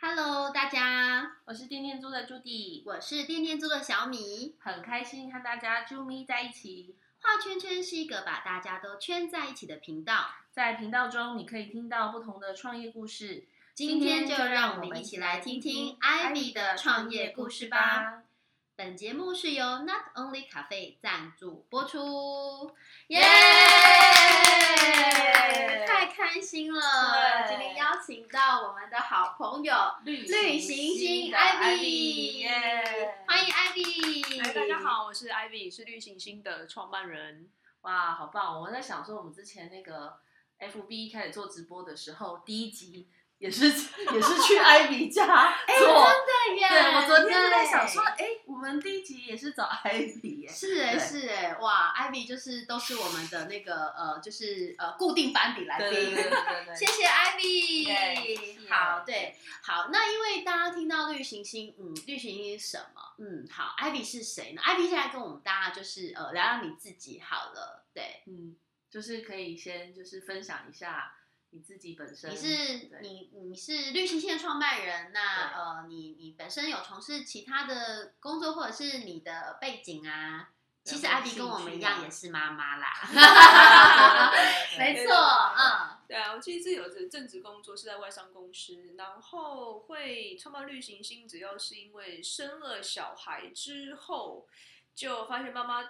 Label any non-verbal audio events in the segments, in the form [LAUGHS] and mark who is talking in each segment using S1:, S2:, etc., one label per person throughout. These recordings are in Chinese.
S1: Hello，大家，
S2: 我是天天猪的朱迪，
S1: 我是电电猪的小米。
S2: 很开心和大家啾咪在一起。
S1: 画圈圈是一个把大家都圈在一起的频道，
S2: 在频道中，你可以听到不同的创业故事。
S1: 今天就让我们一起来听听 Ivy 的创业故事吧。。本节目是由 Not Only Cafe 赞助播出，耶、
S2: 耶
S1: 太开心了！
S2: 对
S1: 今天邀请到我们的好朋友
S2: 旅
S1: 旅行星 Ivy，
S2: 耶！
S1: 欢迎 Ivy。
S3: 哎嗨，大家。好，我是 Ivy，是绿行星的创办人。
S2: 哇，好棒！我在想说，我们之前那个 FB 开始做直播的时候，第一集也是也是去 Ivy [LAUGHS] 家做。
S1: 对哎耶，
S2: 对，我昨天就在想说，
S1: 对
S2: 哎，我们第一集也是找 Ivy 耶。
S1: 是哎、
S2: 对
S1: 是哎、哇，Ivy 就是都是我们的那个呃，就是呃固定班底来宾。 [LAUGHS]
S2: 对对
S1: 谢谢 Ivy，
S2: 对谢谢
S1: 好，对，好，那因为大家听到绿行星，嗯，绿行星是什么？嗯，好，Ivy 是谁呢？Ivy 现在跟我们大家就是呃聊聊你自己好了，对，
S2: 嗯，就是可以先就是分享一下你自己本 [LAUGHS] 身，
S1: 你是
S2: 对
S1: 你你是绿行星的创办人，那
S2: 对
S1: 呃你你本身有从事其他的工作或者是你的背景啊？其实
S2: 有没有
S1: Ivy 跟我
S2: 兴
S1: 们
S2: 趣
S1: 一
S2: 啊
S1: 样也是妈妈
S2: [LAUGHS]
S1: [LAUGHS] 啦， [LAUGHS] 没错，
S2: 没
S3: 对对对
S1: 嗯。
S3: 对啊，我其实有着正职工作是在外商公司，然后会创办绿行星，主要是因为生了小孩之后，就发现妈妈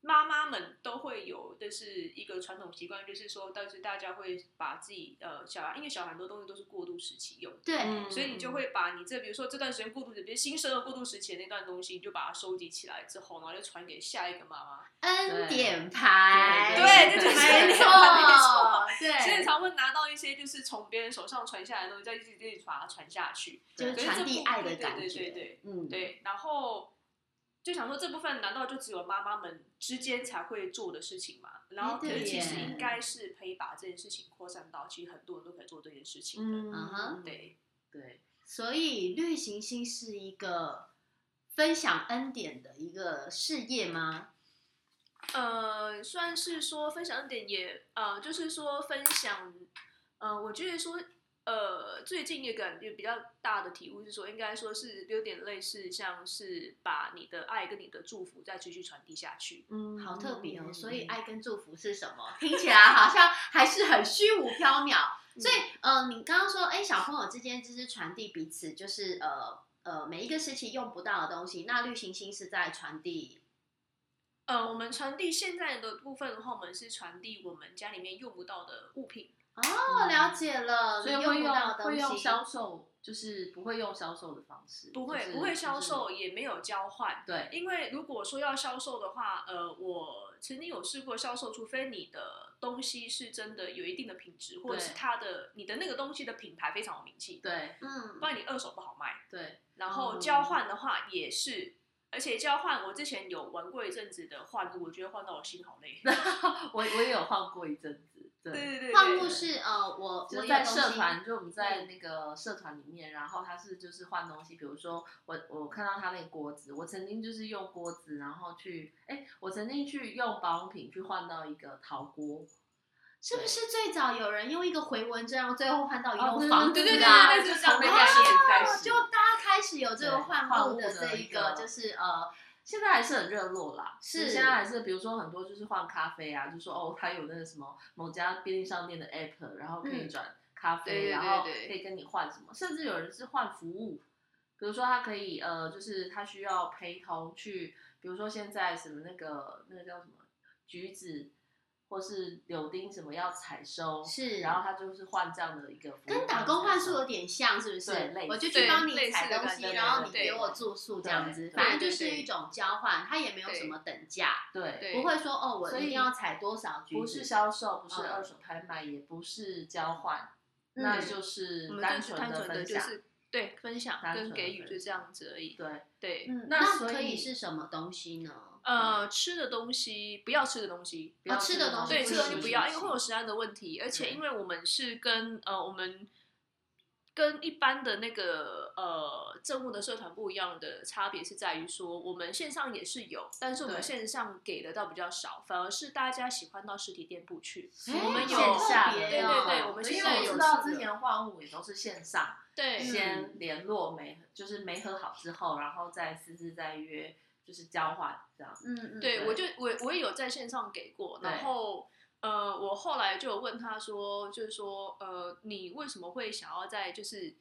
S3: 妈妈们都会有，就是一个传统习惯，就是说，但是大家会把自己呃小孩，因为小孩很多东西都是过渡时期用的。
S1: 对，
S2: 嗯
S3: 所以你就会把你这，比如说这段时间过渡的，比如新生儿过渡时期的那段东西，你就把它收集起来之后，然后就传给下一个妈妈。
S1: 恩典牌，
S2: 对对对
S1: 没
S2: 对
S1: 错
S3: 没错，所以
S1: 对，
S3: 常会拿到一些就是从别人手上传下来的东西，再一直一直把它传下去。
S1: 就是传递爱的感
S3: 对对对对
S1: 觉
S3: 对，
S1: 嗯，
S3: 对，然后就想说这部分难道就只有妈妈们之间才会做的事情吗？然后
S1: 哎
S3: 可
S1: 对
S3: 是其实
S1: 耶
S3: 应该是可以把这件事情扩散到，其实很多人都可以做这件事情的。
S2: 嗯
S1: 嗯哼
S3: 对，
S2: 对，
S1: 所以绿行星是一个分享恩典的一个事业吗？
S3: 呃，算是说分享一点也，呃，就是说分享，呃，我觉得说，呃，最近一个也比较大的体悟是说，应该说是有点类似，像是把你的爱跟你的祝福再继续传递下去。
S2: 嗯
S1: 好特别哦，所以爱跟祝福是什么？听起来好像还是很虚无缥缈。
S2: 嗯
S1: 所以，呃，你刚刚说，哎，小朋友之间就是传递彼此，就是呃呃，每一个时期用不到的东西。那绿行星是在传递，
S3: 呃，我们传递现在的部分的话，我们是传递我们家里面用不到的物品。
S1: 哦，了解了，
S2: 所以
S1: 你
S2: 会
S1: 不
S2: 用
S1: 到的
S2: 会
S1: 东
S2: 用
S1: 西，
S2: 销售，就是不会用销售的方式，
S3: 不会，
S2: 就是
S3: 不会销，售，
S2: 就是
S3: 也没有交换。
S2: 对，
S3: 因为如果说要销售的话，呃，我曾经有试过销售，除非你的东西是真的有一定的品质，或者是它的你的那个东西的品牌非常有名气，
S2: 对
S1: 嗯
S3: 不，然你二手不好卖。
S2: 对，
S3: 然后交换的话也是，而且交换我之前有玩过一阵子的换物，我觉得换到我心好累。
S2: 我我也有换过一阵子，
S3: 对对
S2: 对。
S3: 对对，
S1: 换物是呃，我
S2: 就
S1: 我有
S2: 是在
S1: 东
S2: 社
S1: 西
S2: 团，就我们在那个社团里面，然后他是就是换东西，比如说我我看到他那个锅子，我曾经就是用锅子，然后去，哎，我曾经去用保养品去换到一个陶锅，
S1: 是不
S2: 对
S1: 是最早有人用一个回纹针，然后最后换到
S2: 哦
S1: 用
S2: 对
S1: 房
S3: 对
S1: 子
S3: 对对
S1: 啊？
S3: 对，
S2: 就
S3: 就
S2: 从
S3: 从
S2: 那
S3: 那
S2: 件
S3: 件
S2: 事
S3: 事
S2: 情
S3: 情
S2: 开
S3: 开
S2: 始
S3: 始。
S1: 就大家开始有这
S2: 对
S1: 个换
S2: 换
S1: 物
S2: 物
S1: 的
S2: 的
S1: 这
S2: 一
S1: 一个，
S2: 个
S1: 就是呃，
S2: 现在还是很热络啦，
S1: 是
S2: 现在还是比如说很多就是换咖啡啊，就说哦，他有那个什么某家便利商店的 app，然后可以
S1: 嗯
S2: 转咖啡，
S3: 对对对
S2: 然后
S3: 对
S2: 可以跟你换什么，甚至有人是换服务，比如说他可以呃，就是他需要陪同去，比如说现在什么那个那个叫什么橘子或是柳丁什么要采收，
S1: 是
S2: 然后他就是换这样的一个服务，
S1: 跟打工换宿有
S2: 的
S1: 点像，是不
S2: 对
S1: 是
S2: 类？似
S1: 我就去帮
S3: 对
S1: 你
S3: 类似
S1: 采
S3: 的
S1: 东
S3: 感
S1: 西，
S3: 觉
S1: 然后你
S3: 对
S1: 给
S3: 对
S1: 我住宿这样
S2: 对
S1: 子，
S2: 对
S1: 反正
S3: 对
S1: 就是
S3: 对
S1: 一种交换，它也没有什
S3: 对
S1: 么等价，
S2: 对
S3: 对
S1: 不会说哦，我
S2: 所
S1: 一定
S2: 以
S1: 要采多少橘
S2: 不
S1: 子
S2: 是销售，不是
S1: 嗯
S2: 二手拍卖，也不是交换，
S1: 嗯
S2: 那就是
S3: 我们
S2: 单
S3: 就是
S2: 纯
S3: 单
S2: 的
S3: 纯的
S2: 分
S3: 就
S2: 享。
S3: 是对分享
S2: 单纯
S3: 跟
S2: 的
S3: 给予
S2: 分
S3: 就这样子而已。
S2: 对，
S3: 对，
S1: 嗯，
S2: 那
S1: 那
S2: 所
S1: 可以
S2: 以
S1: 是什么东西呢？
S3: 呃，吃的东西不要吃的东西，
S2: 不要
S1: 哦吃的东西
S3: 对，
S1: 不
S3: 吃的
S1: 行
S3: 东西不
S1: 不
S3: 要，
S2: 行
S3: 因为会有食安的问题，而且
S2: 对
S3: 因为我们是跟呃我们跟一般的那个呃政务的社团不一样的差别是在于说，我们线上也是有，但是我们
S2: 对
S3: 线上给的倒比较少，反而是大家喜欢到实体店铺去。
S2: 嗯
S1: 哎
S3: 我们有
S1: 线下的
S3: 对对对，我们
S2: 因
S3: 现在
S2: 为我
S3: 有
S2: 知道
S3: 这
S2: 之
S3: 个
S2: 前换物也都是线上，
S3: 对
S2: 先联络没，就是没和好之后，然后再私自再约，就是交换这样。
S1: 嗯嗯，
S3: 对，
S2: 对
S3: 我就我我也有在线上给过，
S2: 对
S3: 然后呃，我后来就有问他说，就是说呃，你为什么会想要在就是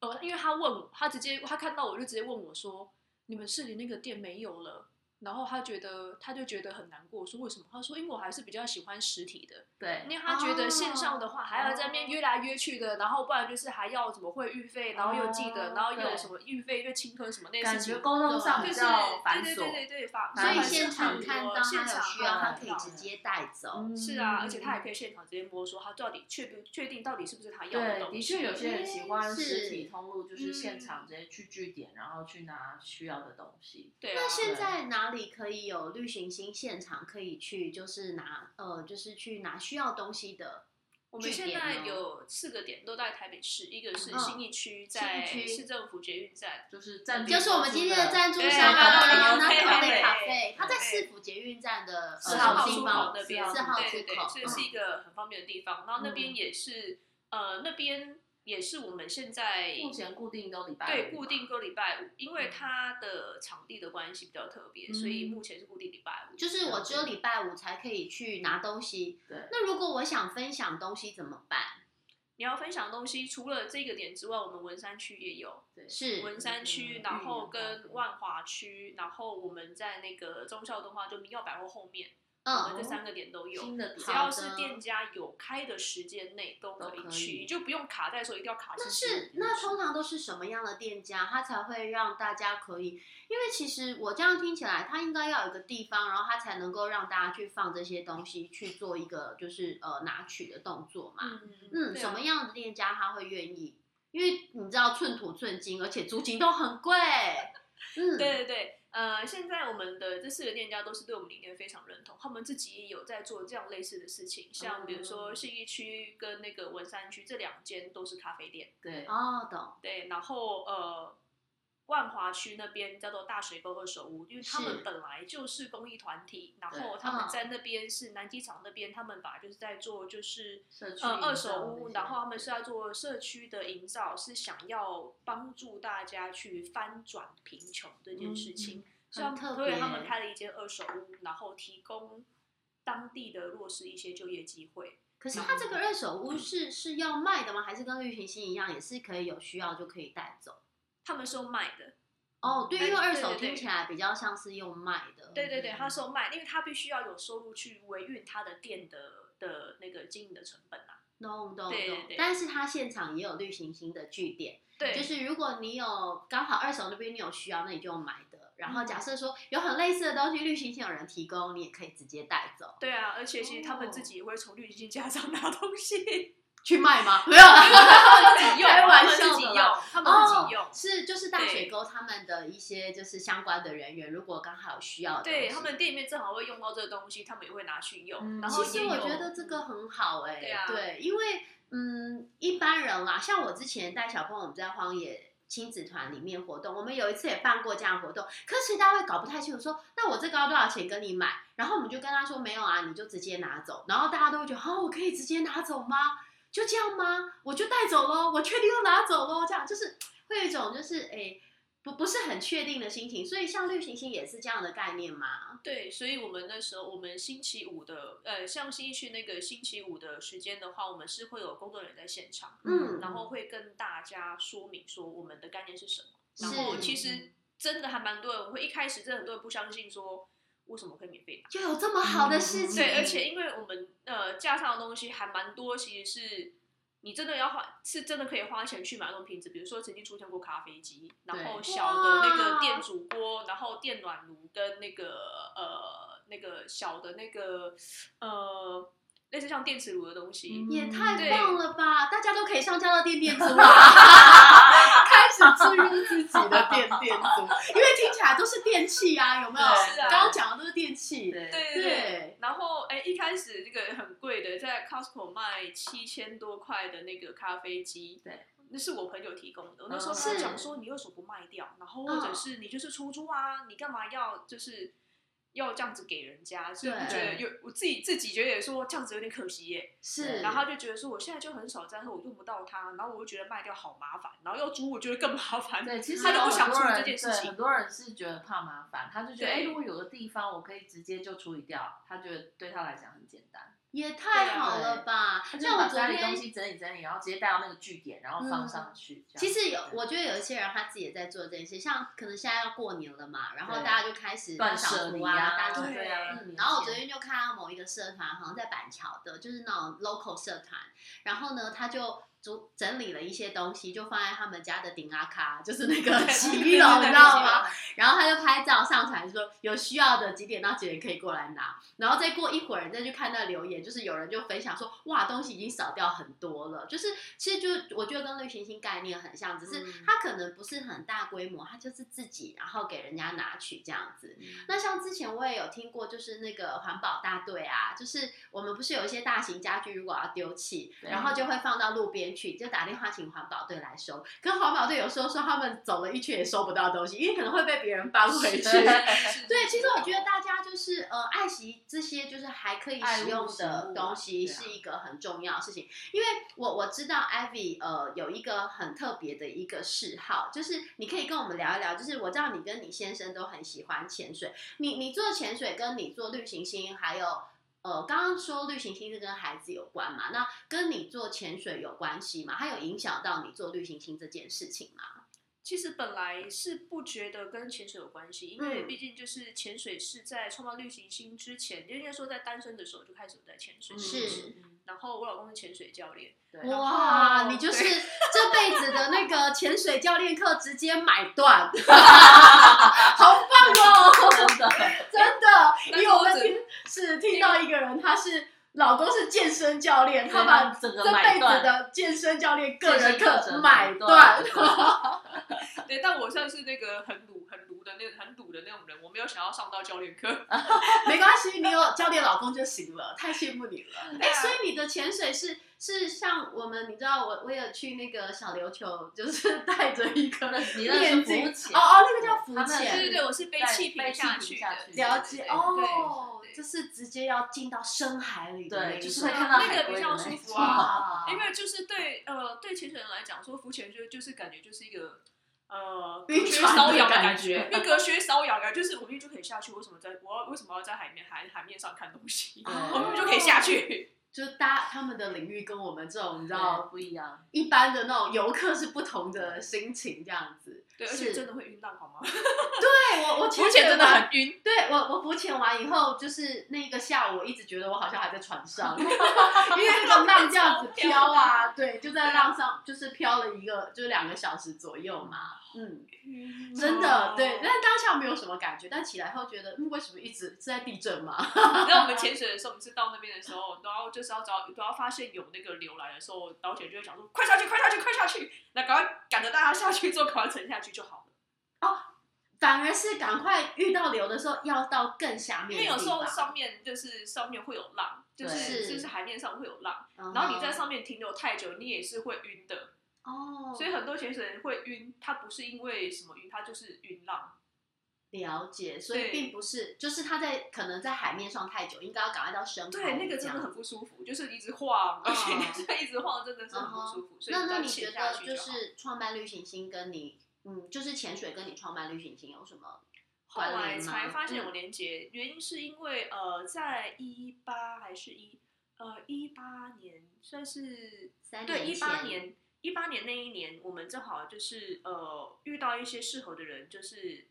S3: 呃，因为他问我，他直接他看到我就直接问我说，你们市里那个店没有了。然后他觉得，他就觉得很难过，说为什么？他说，因为我还是比较喜欢实体的，
S2: 对
S3: 因为他觉得线上的
S2: 哦
S3: 话还要在那边约来约去的，然后不然就是还要什么会运费，然后又记
S2: 哦
S3: 得，然后又
S2: 对
S3: 有什么运费又侵吞什么那些
S2: 感
S3: 事情
S2: 觉，沟通上
S3: 就
S2: 比
S3: 是
S2: 较繁
S3: 对对对对
S2: 琐，
S3: 对，反
S1: 所以
S2: 还是
S1: 现场
S2: 很
S1: 看到他
S3: 现
S1: 有
S3: 场
S1: 需要，他
S2: 看
S1: 可以
S2: 到
S1: 直接带走。
S2: 嗯
S3: 是啊，而且他也可以现场直接摸索他到底确不确定到底是不是他要的
S2: 对，
S3: 东
S2: 的
S3: 西。
S2: 确有些人喜欢
S1: 是
S2: 实体通路，就是现
S3: 嗯
S2: 场直接去据点，然后去拿需要的东西。
S3: 对啊
S1: 那，现在哪里可以有旅行星现场可以去，就是拿呃，就是去拿需要东西的
S3: 我们
S1: 据
S3: 现
S1: 点呢？
S3: 在有四个点都在台北市，一个是
S1: 嗯
S3: 新义区，在
S1: 信义区
S3: 市政府捷运站，
S2: 就是赞助，
S1: 就是我们今天的赞助
S3: 对
S1: 商啊，
S3: 对
S1: 那
S3: 对
S1: 咖啡
S3: 对
S1: 咖啡
S2: 对，
S1: 它在
S3: 对
S1: 市府捷运站的
S2: 四
S1: 呃
S2: 号
S1: 小
S2: 出
S1: 地
S2: 口
S1: 方
S3: 那边，
S2: 四
S1: 四号
S3: 对对
S1: 出
S3: 对，
S1: 口，嗯
S3: 所以是一个很方便的地方。然后那边也是，呃，那边也是我们现在
S2: 目前固定都礼拜
S3: 对
S2: 五
S3: 固
S2: 嘛
S3: 定各礼拜五，因为
S2: 嗯
S3: 它的场地的关系比较特别，
S2: 嗯
S3: 所以目前是固定礼拜五。
S1: 就是我只有礼拜五才可以去拿东西。
S2: 对
S1: 那如果我想分享东西怎么办？
S3: 你要分享的东西，除了这个点之外，我们文山区也有
S2: 对
S1: 是
S3: 文山区，
S2: 嗯
S3: 然后
S2: 玉园花
S3: 跟
S2: 圃
S3: 万华区，然后我们在那个忠孝东话，就民耀百货后面，我
S1: 嗯，
S3: 们这三个点都有。
S2: 新的
S3: 只要是店家有开的时间内都可以
S2: 都可
S3: 去，
S2: 以
S3: 你就不用卡在说一定要卡
S1: 那
S3: 星期
S1: 是
S3: 五
S1: 那通常都是什么样的店家，他才会让大家可以？因为其实我这样听起来，他应该要有一个地方，然后他才能够让大家去放这些东西，去做一个就是呃拿取的动作嘛。
S3: 嗯嗯
S1: 嗯，
S3: 对啊
S1: 什么样的店家他会愿意？因为你知道寸土寸金，而且租金都很贵。嗯，
S3: [LAUGHS] 对对对，呃，现在我们的这四个店家都是对我们理念非常认同，他们自己也有在做这样类似的事情，像比如说
S2: 嗯
S3: 信义区跟那个文山区这两间都是咖啡店，
S2: 对嗯
S1: 哦，懂。
S3: 对，然后呃。万华区那边叫做大水沟二手屋，因为他
S1: 是
S3: 们本来就是公益团体，然
S2: 对
S3: 后他们
S1: 嗯
S3: 在那边是南机场那边，他们本来就是在做就是
S2: 社区
S3: 呃
S2: 营造
S3: 二手
S2: 这
S3: 屋，
S2: 些
S3: 然后他们是要做社区的营造，是想要帮助大家去翻转贫穷这件
S2: 嗯
S3: 事情。所以他
S1: 很特
S3: 们对他们
S1: 别
S3: 开了一间二手屋，然后提供当地的弱势一些就业机会。
S1: 可是他这
S3: 嗯
S1: 个二手屋是是要卖的吗？还是跟绿行星一样，也是可以有需要就可以带走？
S3: 他们是用卖的，
S1: 哦，对，因
S3: 哎
S1: 为二
S3: 对
S1: 手
S3: 对
S1: 听
S3: 对
S1: 起来比较像是用卖的。嗯
S3: 对对对，他是用卖，因为他必须要有收入去维运他的店的的那个经营的成本啊。
S1: 懂懂
S3: 对对
S1: 懂
S3: 对，
S1: 但是它现场也有绿行星的据点，
S3: 对，
S1: 就是如果你有刚好二手那边你有需要，那你就买的。然
S3: 嗯
S1: 后假设说有很类似的东西，绿行星有人提供，你也可以直接带走
S3: 对啊，而且其实他们
S1: 哦
S3: 自己也会从绿金家长拿
S1: [LAUGHS]
S3: 东西，
S1: 去卖吗？没有啦，
S3: 他 [LAUGHS] 们自己用，
S1: 开玩
S3: 他
S1: 笑的啦
S3: 们
S1: 哦
S3: 自己用，他们自己用。
S1: 是就是大水沟他们的一些就是相关的人员，如果刚好有需要的东西，
S3: 对他们店里面正好会用到这个东西，他们也会拿去用。
S2: 嗯
S3: 然后
S1: 其实
S3: 也
S1: 我
S3: 有
S1: 觉得这个很好哎、
S3: 对啊
S1: 因为嗯，一般人啦，像我之前带小朋友，我们在荒野亲子团里面活动，我们有一次也办过这样的活动，可是大家会搞不太清楚说，那我这个要多少钱跟你买？然后我们就跟他说没有啊，你就直接拿走，然后大家都会觉得哦，我可以直接拿走吗？就这样吗？我就带走喽，我确定要拿走喽，这样就是会有一种就是哎。不不是很确定的心情，所以像绿行星也是这样的概念嘛？
S3: 对，所以我们那时候我们星期五的呃，像新一区那个星期五的时间的话，我们是会有工作人员在现场，
S1: 嗯
S3: 然后会跟大家说明说我们的概念是什么。
S1: 是
S3: 然后其实真的还蛮多人会一开始真的很多人不相信说为什么可以免费拿，
S1: 就有这么好的事情，
S3: 嗯对，而且因为我们呃架上的东西还蛮多，其实是。你真的要花，是真的可以花钱去买那种瓶子，比如说曾经出现过咖啡机，然后
S2: 对
S3: 小的那个
S1: 哇
S3: 电煮锅，然后电暖炉跟那个呃那个小的那个呃类似像电磁炉的东西，
S2: 嗯
S1: 也太
S2: [LAUGHS]
S3: 对
S1: 棒了吧！大家都可以上交到电电租啊，开自认自己的电电族，因为听起来都是电器啊，有没有？
S2: 对
S3: 是啊
S1: 刚刚讲的都是电器，
S2: 对
S3: 对对
S1: 对
S3: 然后哎，一开始这个很贵的，在 Costco 卖七千多块的那个咖啡机，
S2: 对，
S3: 那是我朋友提供的。我那时候
S2: 嗯
S3: 跟他
S1: 是
S3: 讲说，你为什么不卖掉？然后或者是你就是出租啊，你干嘛要就是要这样子给人家？所以
S1: 对
S3: 我觉得有我自己自己觉得也说这样子有点可惜耶。
S1: 是。
S3: 然后他就觉得说，我现在就很少在喝，我用不到它，然后我就觉得卖掉好麻烦，然后要租我觉得更麻烦。
S2: 对，其实
S3: 他就
S2: 有
S3: 不想
S2: 很多
S3: 处理这
S2: 人
S3: 件事
S2: 对
S3: 情
S2: 很多人是觉得怕麻烦，他就觉得，
S3: 对
S2: 哎，如果有个地方我可以直接就处理掉，他觉得对他来讲很简单。
S1: 也太好了吧！
S2: 他就
S1: 像我
S2: 把
S1: 昨
S2: 家里
S1: 天嗯
S2: 东西整理整理，然后直接带到那个据点，然后放上去。这
S1: 其
S2: 样
S1: 实有，
S2: 对
S1: 我觉得有一些人他自己也在做这件事，像可能现在要过年了嘛，然后
S2: 对
S1: 大家就开始
S2: 断
S1: 小
S2: 舍
S1: 图
S2: 离
S1: 啊，大家
S3: 对
S2: 对啊。
S1: 嗯，然后我昨
S2: 觉得
S1: 天就看到某一个社团，好像在板桥的，就是那种 local 社团，然后呢，他就组整理了一些东西，就放在他们家的顶阿卡，就是那个洗衣
S3: 对
S1: 楼，
S3: 对
S1: 你
S3: 对
S1: 知道吗？然后他就拍照上传说有需要的几点到几点可以过来拿，然后再过一会儿你再去看那留言，就是有人就分享说哇，东西已经少掉很多了，就是其实就我觉得跟旅行星概念很像，只是
S2: 嗯
S1: 它可能不是很大规模，它就是自己然后给人家拿去这样子。那像之前我也有听过，就是那个环保大队啊，就是我们不是有一些大型家具如果要丢弃，
S2: 对
S1: 然后就会放到路边去，就打电话请环保队来收。可环保队有时候说他们走了一圈也收不到东西，因为可能会被别人搬回去。对，其实我觉得大家就是呃，爱惜这些就是还可以使用的东西
S2: 爱物食物啊对啊
S1: 是一个很重要的事情。因为我我知道 Ivy 呃有一个很特别的一个嗜好，就是你可以跟我们聊一聊。就是我知道你跟你先生都很喜欢潜水，你你做潜水跟你做绿行星还有。呃，刚刚说绿行星是跟孩子有关嘛？那跟你做潜水有关系吗？它有影响到你做绿行星这件事情吗？
S3: 其实本来是不觉得跟潜水有关系，因为
S1: 嗯
S3: 毕竟就是潜水是在创办绿行星之前，应该说在单身的时候就开始有在潜水。
S1: 是
S3: 然后我老公是潜水教练， [LAUGHS]
S2: 对哦
S1: 哇，
S3: 后
S1: 你就是
S2: [LAUGHS]
S3: 对
S1: 这辈子的那个潜水教练课直接买
S2: [LAUGHS]
S1: 断，好棒哦！
S2: 真的，
S1: 真
S2: [LAUGHS]
S1: 的，因
S3: 那
S1: 为我
S3: 我
S1: 们
S3: 只
S1: 听是听到一个人，他是老公是健身教练，他把
S2: 整
S1: 这
S2: 个
S1: 辈
S2: 买
S1: 子
S2: 断，
S1: 的健身教练个人
S2: 健身课
S1: 课
S2: 程
S1: 买断
S2: 断，。 [LAUGHS] 对
S3: 对，但我算是那个很鲁、很鲁的那很鲁的那种人，我没有想要上到教练课。
S1: [LAUGHS] 没关系，你有教练老公就行了，太羡慕你了。哎、
S3: 对啊
S1: 所以你的潜水是是像我们，你知道我我有去那个小琉球，就是 [LAUGHS] 带着一个
S2: 你那
S1: 面
S2: 是浮
S1: 镜，
S2: 潜
S1: 哦哦，那个叫浮
S2: 他们
S1: 潜，
S2: 是
S3: 对对对，我是背
S2: 带
S3: 气
S2: 背
S3: 瓶
S2: 气
S3: 下
S2: 瓶
S3: 去
S2: 下
S3: 的，
S2: 去
S1: 了
S2: 的
S1: 解
S2: 哎对
S1: 哦
S3: 对，对
S1: 就是直接要进到深海里的那
S2: 对，
S1: 一
S2: 就是
S1: 种
S2: 会看到
S3: 那个
S2: 海龟
S3: 比
S2: 的
S3: 较
S2: 那
S3: 舒
S2: 一
S3: 服
S2: 种
S1: 啊
S3: 因为就是对呃对潜水人来讲，说浮潜就就是感觉就是一个呃
S1: 晕
S3: 隔靴
S1: 船的
S3: 搔痒的
S1: 感
S3: 感
S1: 觉
S3: 觉，因为隔靴搔痒啊，就是我明明就可以下去，为什么在我要为什么要在海面海海面上看东西？ [LAUGHS]
S1: 哦
S3: 我明明就可以下去。
S1: [LAUGHS] 就是搭他们的领域跟我们这种你知
S2: 然后
S1: 道
S2: 不一样，
S1: 一般的那种游客是不同的心情这样子。
S3: [LAUGHS] 对，而且真的会晕浪
S1: [LAUGHS]
S3: 好吗？
S1: 对我我
S3: 浮潜真的
S1: 完
S3: 很晕，
S1: 对我我浮潜完以后，就是那个下午，我一直觉得我好像还在船
S2: [LAUGHS]
S1: 上，因为那个浪这样子飘啊，对，就在浪上就是飘了一个就是两个小时左右嘛，嗯。真
S3: 哦
S1: 的对，但是当下没有什么感觉，但起来后觉得，嗯，为什么一直是在地震嘛？
S3: 你知道我们潜水的时候，我们是到那边的时候，然后就是要找，然后发现有那个流来的时候，导潜就会讲说：“快下去，快下去，快下去！”那赶快赶着大家下去之后，赶快沉下去就好了。
S1: [LAUGHS] 反而是赶快遇到流的时候，要到更下
S3: 因
S1: 面
S3: 为
S1: 的
S3: 有
S1: 地
S3: 时
S1: 方。
S3: 候上面就是上面会有浪，就是
S1: 对
S3: 就是海面上会有浪，
S1: 嗯哼
S3: 然后你在上面停留太久，你也是会晕的。
S1: 哦，
S3: 所以很多潜水人会晕，他不是因为什么晕，他就是晕浪。
S1: 了解，所以
S3: 对
S1: 并不是，就是他在可能在海面上太久，应该要赶快到深海
S3: 对，
S1: 里
S3: 那个
S1: 这
S3: 真
S1: 样
S3: 的很不舒服，就是一直晃，而且
S1: 嗯
S3: [LAUGHS] 你这一直晃真的是很不舒服。所以
S1: 那那
S3: 再
S1: 你觉
S3: 潜下
S1: 得
S3: 去
S1: 就
S3: 好。
S1: 是创办旅行星跟你，嗯，就是潜水跟你创办旅行星有什么
S3: 后
S1: 关
S3: 来
S1: 联吗？
S3: 才发现有
S1: 嗯
S3: 连结，原因是因为呃，在一八还是一呃一八年，算是
S1: 三
S3: 对，一八
S1: 前
S3: 年，一八年那一年，我们正好就是呃遇到一些适合的人，就是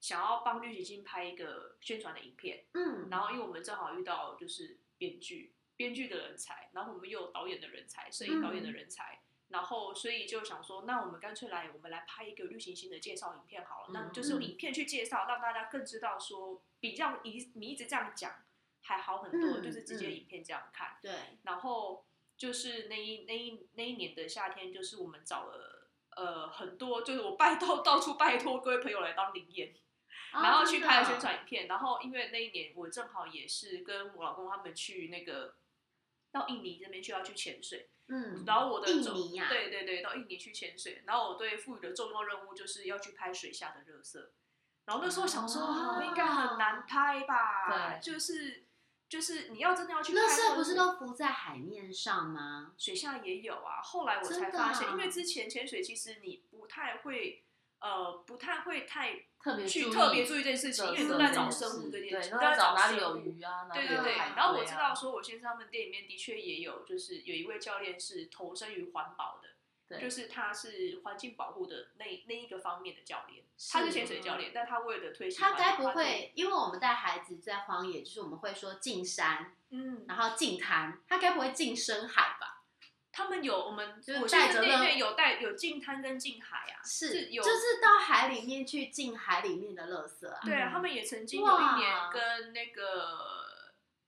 S3: 想要帮绿行星拍一个宣传的影片。
S1: 嗯，
S3: 然后因为我们正好遇到就是编剧，编剧的人才，然后我们又有导演的人才，摄影导
S1: 嗯
S3: 演的人才。然后，所以就想说，那我们干脆来，我们来拍一个绿行星的介绍影片好了。那就是用
S1: 嗯
S3: 影片去介绍，让大家更知道说，比较你你一直这样讲还好很多，
S1: 嗯
S3: 就是直接
S1: 嗯
S3: 影片这样看。
S1: 对，
S3: 然后就是那一那一那一年的夏天，就是我们找了呃很多，就是我拜到到处拜托各位朋友来当灵验，然
S1: 哦
S3: 后去
S1: 啊
S3: 拍了宣传影片，然后因为那一年我正好也是跟我老公他们去那个到印尼这边去要去潜水，
S1: 嗯，
S3: 然后我的
S1: 印
S3: 重
S1: 尼呀
S3: 对对对，到印尼去潜水，然后我对赋予的重要任务就是要去拍水下的热色，然后那时候想说、
S1: 哦
S3: 应该很难拍吧，
S2: 对
S3: 就是就是你要真的要去拍
S1: 乐
S3: 热
S1: 色
S3: 色，
S1: 不是都浮在海面上吗？
S3: 水下也有啊。后来我才
S1: 真的
S3: 发现，
S1: 啊
S3: 因为之前潜水其实你不太会，呃，不太会太
S2: 特别
S3: 去
S2: 注
S3: 特别
S2: 意
S3: 注意这件事情，因
S2: 垃
S3: 为
S2: 圾
S3: 你都在
S2: 这
S3: 找
S2: 件
S3: 生物
S2: 事
S3: 这件
S2: 对
S3: 事，
S2: 都
S3: 在
S2: 在找哪里
S3: 生
S2: 有
S3: 物
S2: 鱼啊，哪
S3: 对
S2: 里
S3: 对
S2: 有
S3: 对，
S2: 海
S3: 然后我
S2: 龟
S3: 知
S2: 啊
S3: 道说，我先生他们店里面的确也有，就是有一位教练是投身于环保的，
S2: 对
S3: 就是他是环境保护的那那一个方面的教练，他是
S1: 是
S3: 潜水教练，但他为了推行
S1: 他
S3: 环保，
S1: 该不
S3: 他就
S1: 会，因为我们带孩子在荒野，就是我们会说进山，
S3: 嗯，
S1: 然后进滩，他该不会进深海吧？
S3: 他们有我们
S1: 就是带
S3: 我现在
S1: 着
S3: 店里
S1: 乐
S3: 面有带有近滩跟近海啊，
S1: 是，
S3: 有
S1: 就是到海里面去进海里面的垃圾啊。
S3: 对啊，
S2: 嗯
S3: 他们也曾经有一年
S1: 哇
S3: 跟那个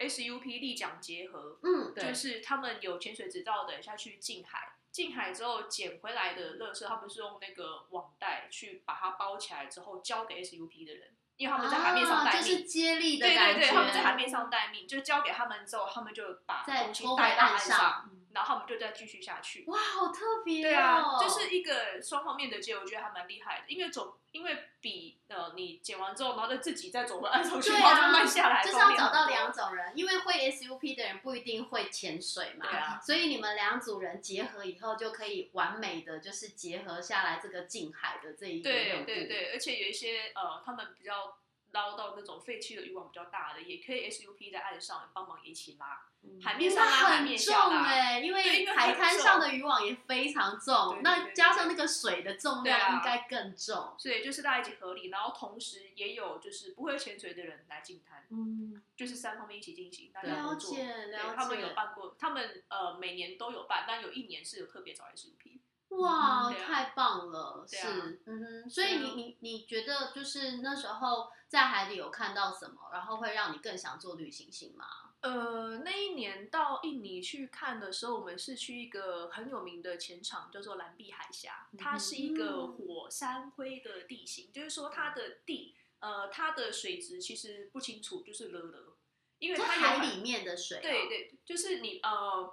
S3: SUP 立桨结合，
S1: 嗯，
S2: 对
S3: 就是他们有潜水执照的人下去近海，近海之后捡回来的垃圾，他们是用那个网袋去把它包起来之后交给 SUP 的人，因为他们在海面上
S1: 啊
S3: 待
S1: 就是
S3: 命。
S1: 接力的
S3: 对
S1: 感
S3: 对
S1: 觉。
S3: 对，他们在海面上待命，就交给他们之后，他们就把
S1: 再
S3: 东西
S1: 拖回
S3: 带到
S1: 岸
S3: 岸
S1: 上嗯
S3: 然后他们就再继续下去。
S1: 哇，好特别、哦。
S3: 对啊，就是一个双方面的接，我觉得还蛮厉害的，因为总因为比呃你剪完之后，然后再自己再走回岸上去，
S1: 对
S3: 然后
S1: 啊
S3: 再慢下来，
S1: 就是要找到两种人，因为会 SUP 的人不一定会潜水嘛，
S3: 对啊
S1: 所以你们两组人结合以后，就可以完美的就是结合下来这个近海的这一个任
S3: 对
S1: 务。
S3: 对对，而且有一些呃，他们比较捞到那种废弃的渔网比较大的，也可以 SUP 在岸上帮忙一起拉，
S2: 嗯
S3: 海面
S1: 因为
S3: 上拉，海
S1: 很
S3: 面
S1: 重
S3: 下拉。
S1: 哎、因
S3: 对
S1: 为
S3: 因为
S1: 海
S3: 很
S1: 滩
S3: 重
S1: 上的渔网也非常重，
S3: 对对对
S1: 那
S3: 对
S1: 加上那个水的重
S3: 对啊
S1: 量应该更重。
S3: 所以就是大家一起合力，然后同时也有就是不会潜水的人来进滩，
S2: 嗯，
S3: 就是三方面一起进行，大
S2: 对
S3: 家合
S1: 了
S3: 作。
S1: 解
S3: 对
S1: 了
S3: 他们有
S1: 解，
S3: 办过，他们呃每年都有办，但有一年是有特别找 SUP。
S1: 哇，
S3: 嗯对啊
S1: 太棒了，
S3: 对
S1: 是
S3: 啊，
S1: 嗯哼，所以
S3: 对啊
S1: 你你你觉得就是那时候在海里有看到什么，然后会让你更想做旅行星吗？
S3: 呃，那一年到印尼去看的时候，我们是去一个很有名的潜场，叫做蓝碧海峡。它是一个
S1: 嗯
S3: 火山灰的地形，就是说它的地呃它的水质其实不清楚，就是了了，因为
S1: 在
S3: 它有
S1: 海
S3: 很
S1: 里面的水、
S3: 对，对，就是你呃，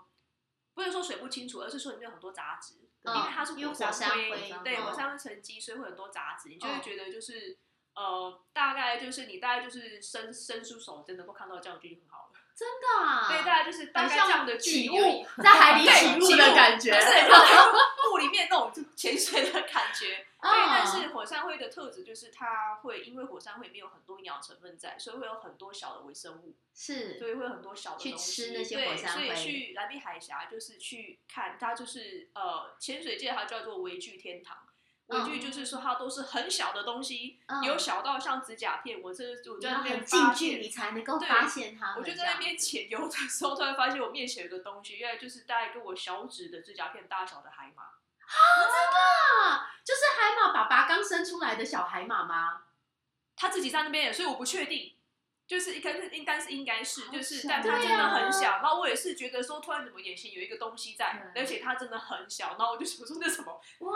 S3: 不是说水不清楚，而是说里面有很多杂质，
S1: 嗯
S3: 因为它是
S1: 因为
S3: 火
S1: 火山
S3: 灰，
S1: 灰
S3: 对，
S1: 嗯
S3: 火山灰沉积，所以会很多杂质，你就会
S1: 嗯
S3: 觉得就是、呃，大概就是你大概就是伸伸出手，就能够看到这样就已经很好了。
S1: 真的、啊，
S3: 对，大概就是大
S1: 很
S3: 概这
S1: 像
S3: 样的距
S1: 起
S3: 离而已，
S1: 雾，在海里
S3: 对
S1: 起雾
S3: 起
S1: 的
S3: 雾
S1: 感觉， [LAUGHS]
S3: 不是就是雾里面那种就潜水的感觉。
S1: [LAUGHS] 嗯
S3: 对，但是火山灰的特质就是它会因为火山灰里面有很多营养成分在，所以会有很多小的微生物。
S1: 是
S3: 所以会有很多小的
S1: 去
S3: 东
S1: 吃
S3: 西
S1: 那些火山
S3: 对，
S1: 灰
S3: 所以去蓝碧海峡就是去看它，就是呃，潜水界它叫做微距天堂。微距
S1: 嗯
S3: 就是说它都是很小的东西，
S1: 嗯
S3: 有小到像指甲片，我这我
S1: 你
S3: 在
S1: 要
S3: 那边
S1: 很
S3: 发
S1: 近距离
S3: 现。
S1: 才能够
S3: 对
S1: 发现它们
S3: 我
S1: 这样
S3: 就
S1: 子，
S3: 在那边潜游的时候，突然发现我面前有个东西，原来就是大概跟我小指的指甲片大小的海马。
S1: 啊，就是海马爸爸刚生出来的小海马吗？
S3: 他自己在那边，所以我不确定。就是一开始应该是应该是
S2: 好
S3: 就是，
S2: 小
S3: 但它
S1: 对
S3: 真的很
S1: 啊
S3: 小。然后我也是觉得说，突然怎么眼前有一个东
S1: 嗯
S3: 西在，
S2: 对
S3: 而且它真的很小。然后我就想说那什么，
S1: 哇，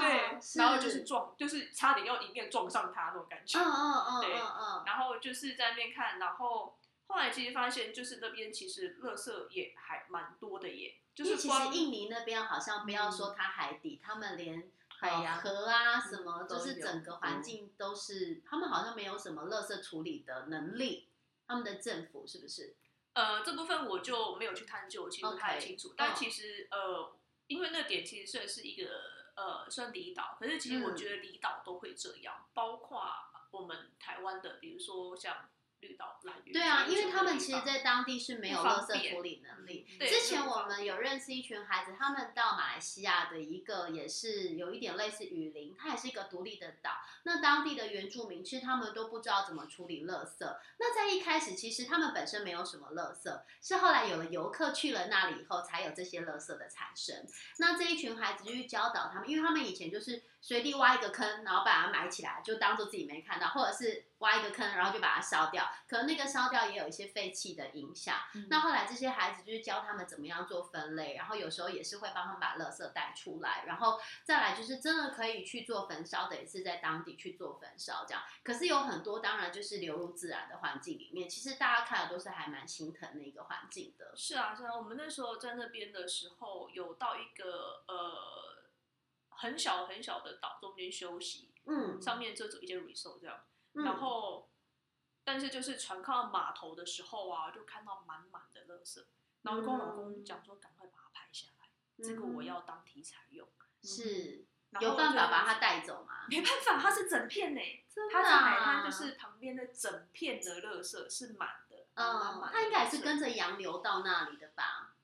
S3: 对，然后就是撞，就是差点要迎面撞上它那种感觉。
S1: 嗯嗯嗯
S3: 对
S1: 嗯嗯，
S3: 然后就是在那边看，然后后来其实发现，就是那边其实垃圾也还蛮多的耶，就
S1: 因为
S3: 是
S1: 其
S3: 光嗯
S1: 实印尼那边好像不要说它海底，他们连。
S2: 海
S1: 呃
S2: 洋
S1: 河啊，什么
S2: 嗯
S1: 就
S2: 都
S1: 是
S2: 有
S1: 整个环
S2: 嗯
S1: 境都是，他们好像没有什么垃圾处理的能力，他们的政府是不是？
S3: 呃这部分我就没有去探究，其实不太
S1: OK，
S3: 清楚。但
S1: 嗯
S3: 其实呃，因为那点其实算是一个呃算离岛，可是其实我
S1: 嗯
S3: 觉得离岛都会这样，包括我们台湾的，比如说像绿岛、蓝屿，
S1: 对啊，因为他们
S3: 这
S1: 其
S3: 种
S1: 实，
S3: 地方
S1: 在当地是没有
S3: 不方
S1: 垃圾
S3: 便
S1: 处理能力。
S3: 对
S1: 之
S3: 这
S1: 前
S3: 种
S1: 我
S3: 地方
S1: 们有认识一群孩子，他们到马来西亚的一个也是有一点类似雨林，它也是一个独立的岛。那当地的原住民其实他们都不知道怎么处理垃圾。那在一开始，其实他们本身没有什么垃圾，是后来有了游客去了那里以后，才有这些垃圾的产生。那这一群孩子就去教导他们，因为他们以前就是随地挖一个坑，然后把它埋起来，就当做自己没看到，或者是挖一个坑，然后就把它烧掉。可能那个烧掉也有一些废气的影响。
S3: 嗯
S1: 那后来这些孩子就是教他们怎么样做分类，然后有时候也是会帮他们把垃圾带出来，然后再来就是真的可以去做焚烧的，也是在当地去做焚烧这样。可是有很多当然就是流入自然的环境里面，其实大家看的都是还蛮心疼的一个环境的。
S3: 是啊，是啊，我们那时候在那边的时候，有到一个呃很小很小的岛中间休息，
S1: 嗯，
S3: 上面就只有一间 resort 这样，
S1: 嗯
S3: 然后但是就是船靠到码头的时候啊，就看到满满的垃圾，然后就跟我老公
S1: 嗯
S3: 讲说，赶快把它拍下来，这个我要当题材用。嗯
S1: 嗯是
S3: 然后
S1: 有办法
S3: 就
S1: 把它带走吗？
S3: 没办法，它是整片呢、
S1: 真的
S3: 它
S1: 啊
S3: 在海滩就是旁边的整片的垃圾是满的，满
S1: 嗯
S3: 满，的
S1: 它应该也
S3: 垃
S1: 是
S3: 圾
S1: 跟着洋流到那里的吧？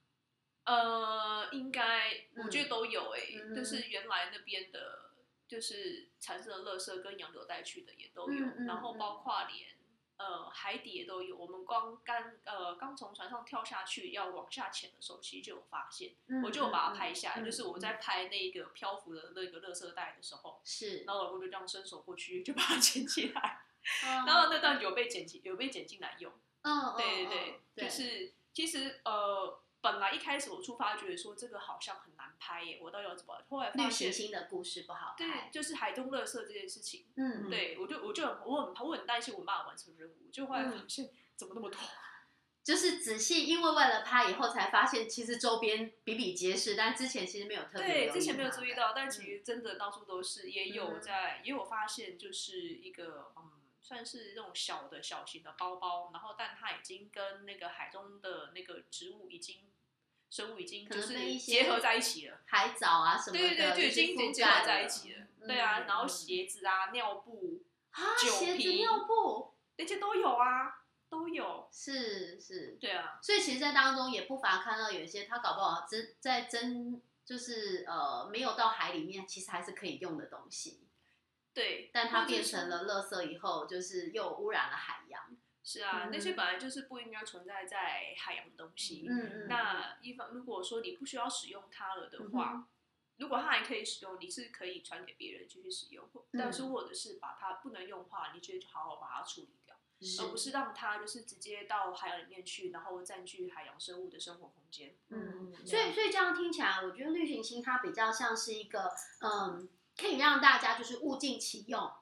S3: 呃，应该
S1: 嗯
S3: 我觉得都有诶、
S1: 嗯
S3: 就是原来那边的，就是产生的垃圾跟洋流带去的也都有，
S1: 嗯嗯
S3: 然后
S1: 嗯
S3: 包括连呃海底也都有。我们光刚呃刚从船上跳下去要往下潜的时候，其实就有发现，我就有把它拍下来。
S1: 嗯
S3: 就是我在拍那个漂浮的那个垃圾带的时候，
S1: 是，
S3: 然后老公就这样伸手过去就把它捡起
S1: [LAUGHS]
S3: 来，
S1: 然
S3: 然后那段有被捡起有被捡进来用。
S1: 嗯，
S3: 对
S1: 对
S3: 对对，就是其实呃，本来一开始我出发觉得说这个好像很难拍耶，我到底要怎么？后来发
S1: 绿行
S3: 现，
S1: 星的故事不好
S3: 对，
S1: 拍，
S3: 就是海中垃圾这件事情，
S1: 嗯，
S3: 对我就我就很我很我很担心我妈完成任务，就后
S1: 嗯
S3: 来发现怎么那么
S1: [LAUGHS]
S3: 多，
S1: 就是仔细，因为为了拍以后才发现，其实周边比比皆是，但之前其实没有特别留
S3: 对，
S1: 意
S3: 之前没有
S1: 它
S3: 注意
S1: 们，
S3: 到，但其实真的到处都是，也有
S1: 嗯
S3: 在也有发现，就是一个嗯。算是那种小的小型的包包，然后但它已经跟那个海中的那个植物已经生物已经
S1: 可
S3: 就
S1: 能被
S3: 是
S1: 一些
S3: 结合在一起了。
S1: 海藻啊什么的，
S3: 对对对，已经已经结合在一起了。对啊，然后
S1: 鞋
S3: 鞋子啊、尿布
S1: 嗯啊
S3: 酒
S1: 鞋子
S3: 瓶
S1: 尿布
S3: 那些都有啊，都有。
S1: 是是，
S3: 对啊，
S1: 所以其实，在当中也不乏看到有一些他搞不好真在真就是呃没有到海里面，其实还是可以用的东西，
S3: 对，
S1: 但它
S3: 或者
S1: 变
S3: 是
S1: 成了垃圾以后，就是又污染了海洋。
S3: 是啊，那些
S1: 嗯
S3: 本来就是不应该存在在海洋的东西。
S1: 嗯嗯，
S3: 那一方如果说你不需要使用它了的话，
S1: 嗯
S3: 如果它还可以使用，你是可以传给别人继续使用，或但是
S1: 嗯
S3: 或者是把它不能用的话，你就好好把它处理掉，
S1: 是
S3: 而不是让它就是直接到海洋里面去，然后占据海洋生物的生活空间。
S1: 嗯，所以所以这样听起来，我觉得绿行星它比较像是一个，嗯，可以让大家就是物尽其用，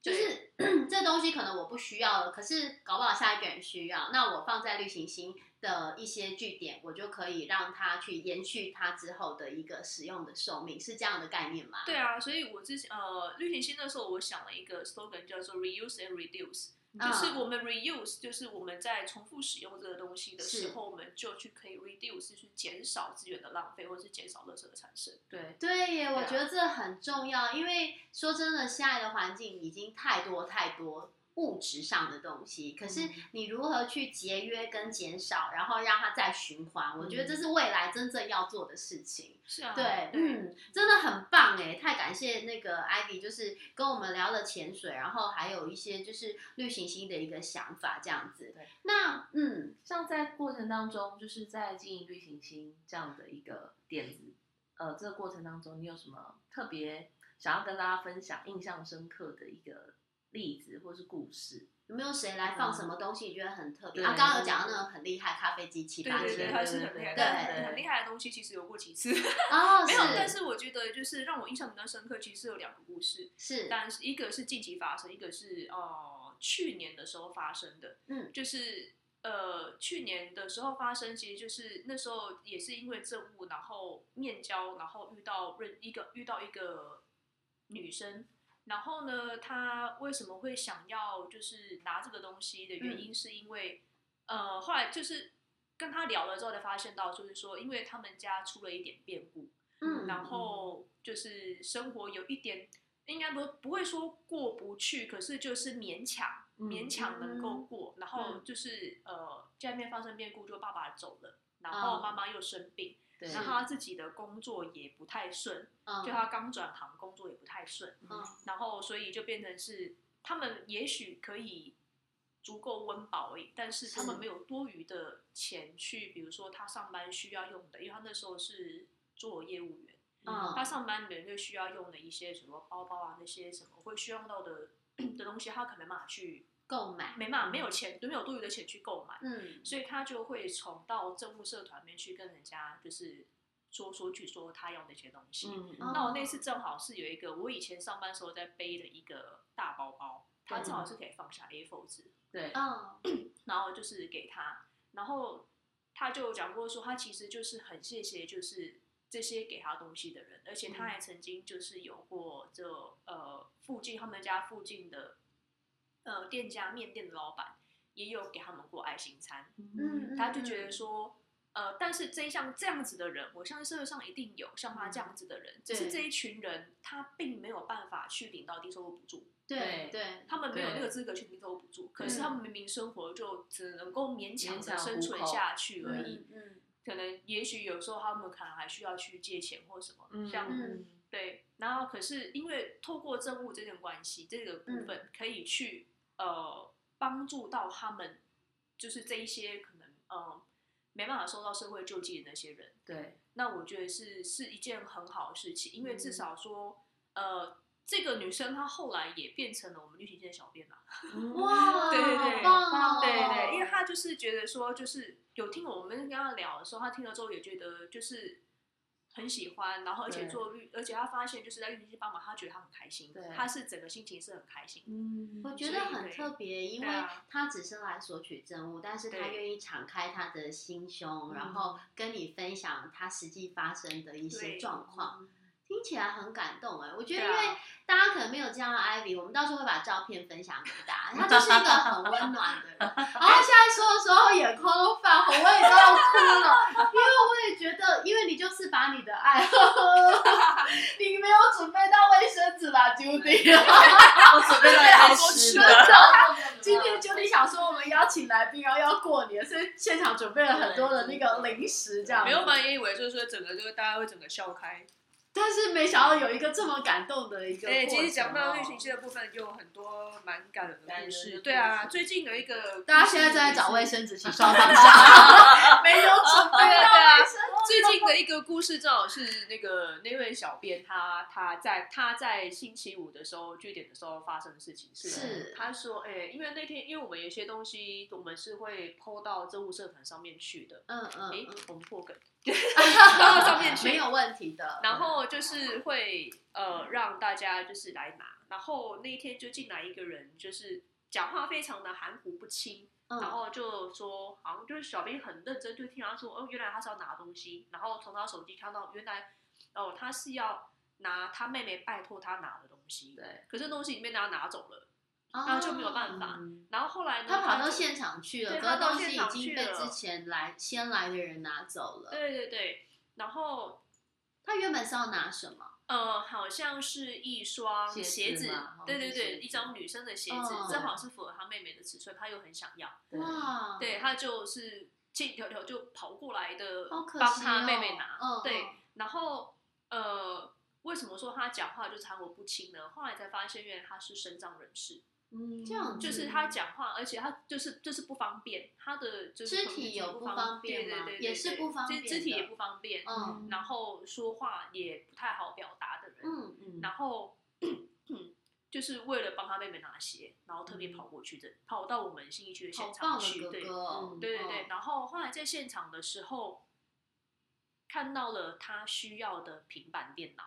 S1: 就是这东西可能我不需要了，可是搞不好下一个人需要，那我放在绿行星的一些据点，我就可以让它去延续它之后的一个使用的寿命，是这样的概念吗？
S3: 对啊，所以我之前呃，旅行星的时候，我想了一个 slogan 叫做 reuse and reduce，、
S1: 嗯
S3: 就是我们 reuse，就是我们在重复使用这个东西的
S1: 是
S3: 时候，我们就去可以 reduce，去减少资源的浪费，或者是减少垃圾的产生。
S2: 对，
S1: 对耶，我
S3: 对啊
S1: 觉得这很重要，因为说真的，现在的环境已经太多太多物质上的东西，可是
S2: 嗯
S1: 你如何去节约跟减少，然后让它再循环，我觉得这是未来真正要做的事情。
S3: 是嗯啊，
S1: 对，嗯，真的很棒哎，太感谢那个 Ivy，就是跟我们聊了潜水，然后还有一些就是绿行星的一个想法这样子
S2: 对。
S1: 那嗯，
S2: 像在过程当中，就是在经营绿行星这样的一个点子，呃，这个过程当中，你有什么特别想要跟大家分享、印象深刻的一个例子或是故事？
S1: 有没有谁来
S3: 嗯
S1: 放什么东西？你觉得很特别？
S2: 对
S1: 啊，刚刚有讲到那种很厉害咖啡机器
S3: 对
S1: 发
S3: 对
S1: 现。
S3: 对，它是很厉害，
S2: 对
S3: 但
S1: 对
S3: 很厉害的东西其实有过几次，
S1: 哦，
S3: 没有。但是我觉得就是让我印象比较深刻，其实有两个故事，
S1: 是，
S3: 但是一个是近期发生，一个是呃去年的时候发生的。
S1: 嗯
S3: 就是呃去年的时候发生，其实就是那时候也是因为政务，然后面交，然后遇到认一个遇到一个女生。然后呢，她为什么会想要就是拿这个东西的原
S1: 嗯
S3: 因，是因为、呃，后来就是跟她聊了之后才发现到，就是说，因为他们家出了一点变故，
S1: 嗯，
S3: 然后就是生活有一点，应该不不会说过不去，可是就是勉强
S2: 嗯
S3: 勉强能够过。然后
S1: 嗯
S3: 就是呃，家里面发生变故，就爸爸走了，然
S1: 嗯
S3: 后妈妈又生病，
S2: 对，
S3: 然后他自己的工作也不太顺，
S1: 嗯
S3: 就他刚转行，工作也不太顺，
S1: 嗯
S3: 然后所以就变成是他们也许可以。足够温饱而已，但是他们
S1: 是
S3: 没有多余的钱去，比如说他上班需要用的，因为他那时候是做业务员，他
S1: 嗯
S3: 上班每就 [CLEARS THROAT] 需要用的一些什么包包啊，那些什么会需要用到的的东西，他可能没办法去
S1: 购买，
S3: 没办法，没有钱，没有多余的钱去购买，
S1: 嗯，
S3: 所以他就会从到政府社团里面去跟人家就是说说去说他要那些东西。
S2: 嗯，
S1: 哦
S3: 那我那次正好是有一个我以前上班时候在背的一个大包包，它
S2: 对
S3: 正好是可以放下 A4 纸，
S2: 对，
S1: 嗯，
S3: 然后就是给他，然后他就讲过说他其实就是很谢谢就是这些给他东西的人，而且他
S1: 嗯
S3: 还曾经就是有过就呃附近他们家附近的呃店家面店的老板也有给他们过爱心餐，
S1: 嗯
S3: 他就觉得说，呃，但是这一项这样子的人，我相信社会上一定有像他这样子的人，只
S1: 嗯
S3: 是
S1: 对
S3: 这一群人他并没有办法去领到低收入补助，
S1: 对
S2: 对
S1: 对，
S3: 他们没有
S2: 对
S3: 那个资格去领低收入补助，可是他们明明生活就只能够勉强
S2: 勉
S3: 的
S2: 强
S3: 生存
S2: 糊口
S3: 下去而已，
S1: 嗯嗯，
S3: 可能也许有时候他们可能还需要去借钱或什么，像
S1: 嗯
S3: 对，然后可是因为透过政务这件关系，这个部分
S2: 嗯
S3: 可以去、呃帮助到他们，就是这一些可能呃没办法受到社会救济的那些人，
S2: 对，
S3: 那我觉得是是一件很好的事情，因为至
S2: 嗯
S3: 少说、呃这个女生她后来也变成了我们绿行界的小编嘛，
S2: 嗯
S1: 哇，
S3: 对对对
S1: 好棒哦，
S3: 对对，因为他就是觉得说，就是有听我们跟他聊的时候，他听了之后也觉得就是很喜欢，然后而且
S2: 对
S3: 做律，而且他发现就是在运气帮忙，他觉得他很开心
S2: 对，
S3: 他是整个心情是很开心的。
S2: 嗯
S1: 我觉得很特别，因为
S3: 对啊
S1: 他只是来索取证物，但是他
S3: 对
S1: 愿意敞开他的心胸，
S2: 嗯
S1: 然后跟你分享他实际发生的一些
S3: 对嗯
S1: 状况，听起来很感动哎。我觉得因
S3: 对啊
S1: 为大家可能没有见到 Ivy，我们到时候会把照片分享给大家， [LAUGHS] 他就是一个很温暖的人。然后现在说的时候眼眶都泛红，我也都要哭了， [LAUGHS] 因为我也觉得，因为你就是把你的爱， [LAUGHS] 你没有准备到卫生纸吧，Judy。
S3: [LAUGHS]
S2: 我准备了好多吃
S1: 真
S2: 的，
S1: 今天就你想说我们邀请来宾，然后要过年，所以现场准备了很多的那个零食这样。
S3: 没有吧？也以为就是说整个就是大家会整个笑开。
S1: 但是没想到有一个这么感动的一个过程哦。
S3: 哎，其实讲到运行界的部分，有很多蛮感人的
S2: 感人
S3: 故
S2: 的故
S3: 事。
S2: 事
S3: 对啊，最近有一个
S1: 大家现在正在找卫生纸，请双 [LAUGHS] 方下。没有准备
S3: 对啊
S1: 到
S3: 对啊
S1: 卫生
S3: 最近的一个故事正好是那个那位小编他他在他在星期五的时候据点的时候发生的事情是，
S1: 是
S3: 他说哎、因为那天因为我们有一些东西我们是会 PO 到政务社团上面去的，
S1: 嗯嗯
S3: 哎、
S1: 嗯，
S3: 我们破梗，
S1: [LAUGHS] 到
S3: 上面去
S1: 没有问题的。
S3: 然后就是会呃让大家就是来拿，然后那一天就进来一个人就是讲话非常的含糊不清，然
S1: 嗯，
S3: 后就说，好像就是小编很认真，就听他说，哦，原来他是要拿东西，然后从他手机看到，原来哦他是要拿他妹妹拜托他拿的东西，
S2: 对，
S3: 可是东西已经被他拿走了，
S1: 然
S3: 然后就没有办法。
S1: 嗯
S3: 然后后来
S1: 哦
S3: 呢，
S1: 他跑到
S3: 就
S1: 现场去了，
S3: 对
S1: 可
S3: 他
S1: 是
S3: 到
S1: 东西
S3: 现
S1: 已
S3: 场
S1: 经
S3: 去
S1: 被
S3: 了
S1: 之前来先来的人拿走了。
S3: 对对对，然后
S1: 他原本是要拿什么？
S3: 呃，好像是一双
S2: 鞋子
S3: 鞋子，
S1: 哦
S2: 嘛好像
S3: 对对
S2: 是
S3: 对，
S2: 鞋
S3: 一
S2: 子
S3: 双女生的鞋子，
S1: 嗯
S3: 正好是符合他妹妹的尺寸，他又很想要，
S1: 哇，
S3: 对他就是气条条就跑过来的，
S1: 好可惜、哦、
S3: 帮他妹妹拿，
S1: 嗯，
S3: 对，然后呃，为什么说他讲话就是含糊不清呢？后来才发现，原来他是身障人士，
S2: 嗯
S1: 这样
S3: 就是他讲话，而且他就是就是不方便，他的就是
S1: 肢
S3: 可能
S1: 体
S3: 就是
S1: 有
S3: 不
S1: 不方便
S3: 便，对
S1: 吗
S3: 对对对
S1: 也是
S3: 对
S1: 不方
S3: 肢
S1: 便
S3: 肢体
S1: 的
S3: 也不方便，
S1: 嗯
S3: 然后说话也不太好表达的人，
S1: 嗯
S2: 嗯
S3: 然后。就是为了帮他妹妹拿鞋，然后特
S1: 嗯
S3: 别跑过去这，跑到我们新一区的
S1: 好
S3: 现场
S1: 棒
S3: 去，
S1: 的哥
S3: 对
S1: 哥哦，
S3: 对对对，
S1: 嗯，
S3: 然后后来在现场的时候，看到了他需要的平板电脑，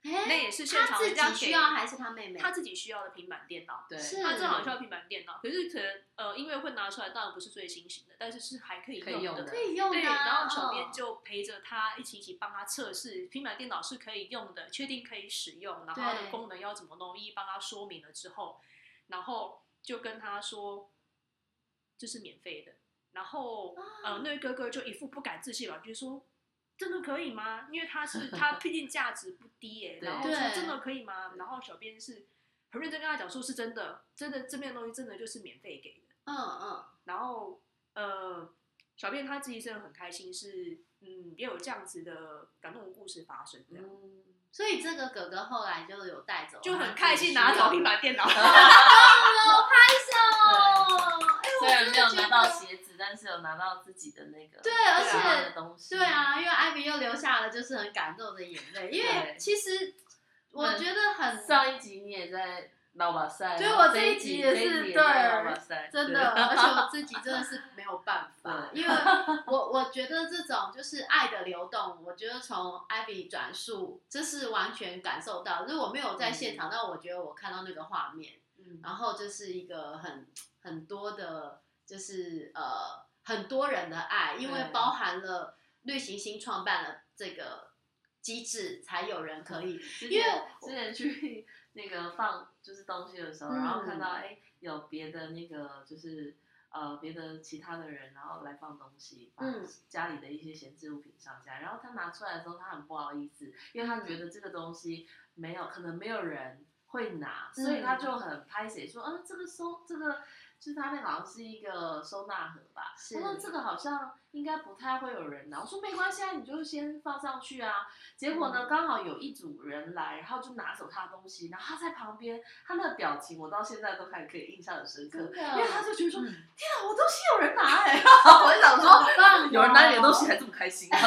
S3: 那
S1: 哎，
S3: 也是现
S1: 他
S3: 场
S1: 自
S3: 人家
S1: 己
S3: 给
S1: 需要还是他妹妹？
S3: 他自己需要的平板电脑，
S2: 对，
S1: 是
S3: 他正好需要平板电脑，可是可能呃，因为会拿出来，当然不是最新型的，但是是还可以
S2: 可以用
S3: 的。
S2: 的
S1: 可以用的啊，
S3: 对，然后小编
S1: 嗯
S3: 就陪着他一起一起帮他测试平板电脑是可以用的，确定可以使用，然后它
S1: 对
S3: 的功能要怎么弄，一一帮他说明了之后，然后就跟他说这是免费的，然后呃，那位哥哥就一副不敢置信吧，就说真的可以吗？因为他是他毕竟价值不低耶、
S2: 对
S3: 然后说
S1: 对
S3: 真的可以吗？然后小编是很认真跟他讲说，是真的，真的这边的东西真的就是免费给的。
S1: 嗯嗯，
S3: 然后呃，小编他自己真的很开心是，嗯也有这样子的感动的故事发生，这样、
S2: 嗯
S1: 所以这个哥哥后来就有带走，
S3: 就很开心拿走平
S1: 板，
S3: 板电 [LAUGHS] 脑。
S1: 拍手，哎，我
S2: 虽然
S1: 真
S2: 没有
S1: 的
S2: 拿
S1: 觉
S2: 到
S1: 得。
S2: 鞋子，但是有拿到自己的那个
S1: 对，而
S3: 对啊
S2: 喜欢
S1: 且
S2: 的东西，
S1: 对，啊，因为艾比又流下了就是很感动的眼泪，因为
S2: 对
S1: 其实我觉得很
S2: 上一集你也在老把塞。
S1: 啊对我
S2: 这
S1: 这一集
S2: 集
S1: 也
S2: 这一
S1: 是
S2: 集也
S1: 对
S2: 老把塞，
S1: 真
S2: 对
S1: 的，而且我自己真的
S3: [LAUGHS]
S1: 是没有办法，因为我我觉得这种就是爱的流动，我觉得从艾比转述，这是完全感受到。就是我没有在现
S3: 嗯
S1: 场，但我觉得我看到那个画面，
S2: 嗯
S1: 然后就是一个很很多的，就是呃很多人的爱，因为
S2: 对
S1: 包含了绿行星创办了这个机制，才有人可
S2: [LAUGHS]
S1: 以
S2: 之
S1: 因为
S2: 前之前去那个放就是东西的时候，然后看到
S1: 嗯
S2: 哎、有别的那个就是呃别的其他的人，然后来放东西，把
S1: 嗯
S2: 家里的一些闲置物品上架，然后他拿出来的时候，他很不好意思，因为他
S1: 嗯
S2: 觉得这个东西没有可能没有人会拿，所以
S1: 嗯
S2: 他就很拍谁说，嗯、这个收这个。就是他那个好像是一个收纳盒吧，
S1: 是
S2: 他说这个好像应该不太会有人拿，我说没关系啊，你就先放上去啊，结果呢，刚好有一组人来，然后就拿走他的东西，然后他在旁边，他那个表情我到现在都还可以印象很深刻，
S1: 真的
S2: 因为他就觉得说，
S1: 嗯
S2: 天啊，我东西有人拿哎、欸， [LAUGHS] 我就想
S1: 好
S2: 说，
S1: 棒、哦
S2: 有人拿你的东西。还这么开心、 [LAUGHS] 啊，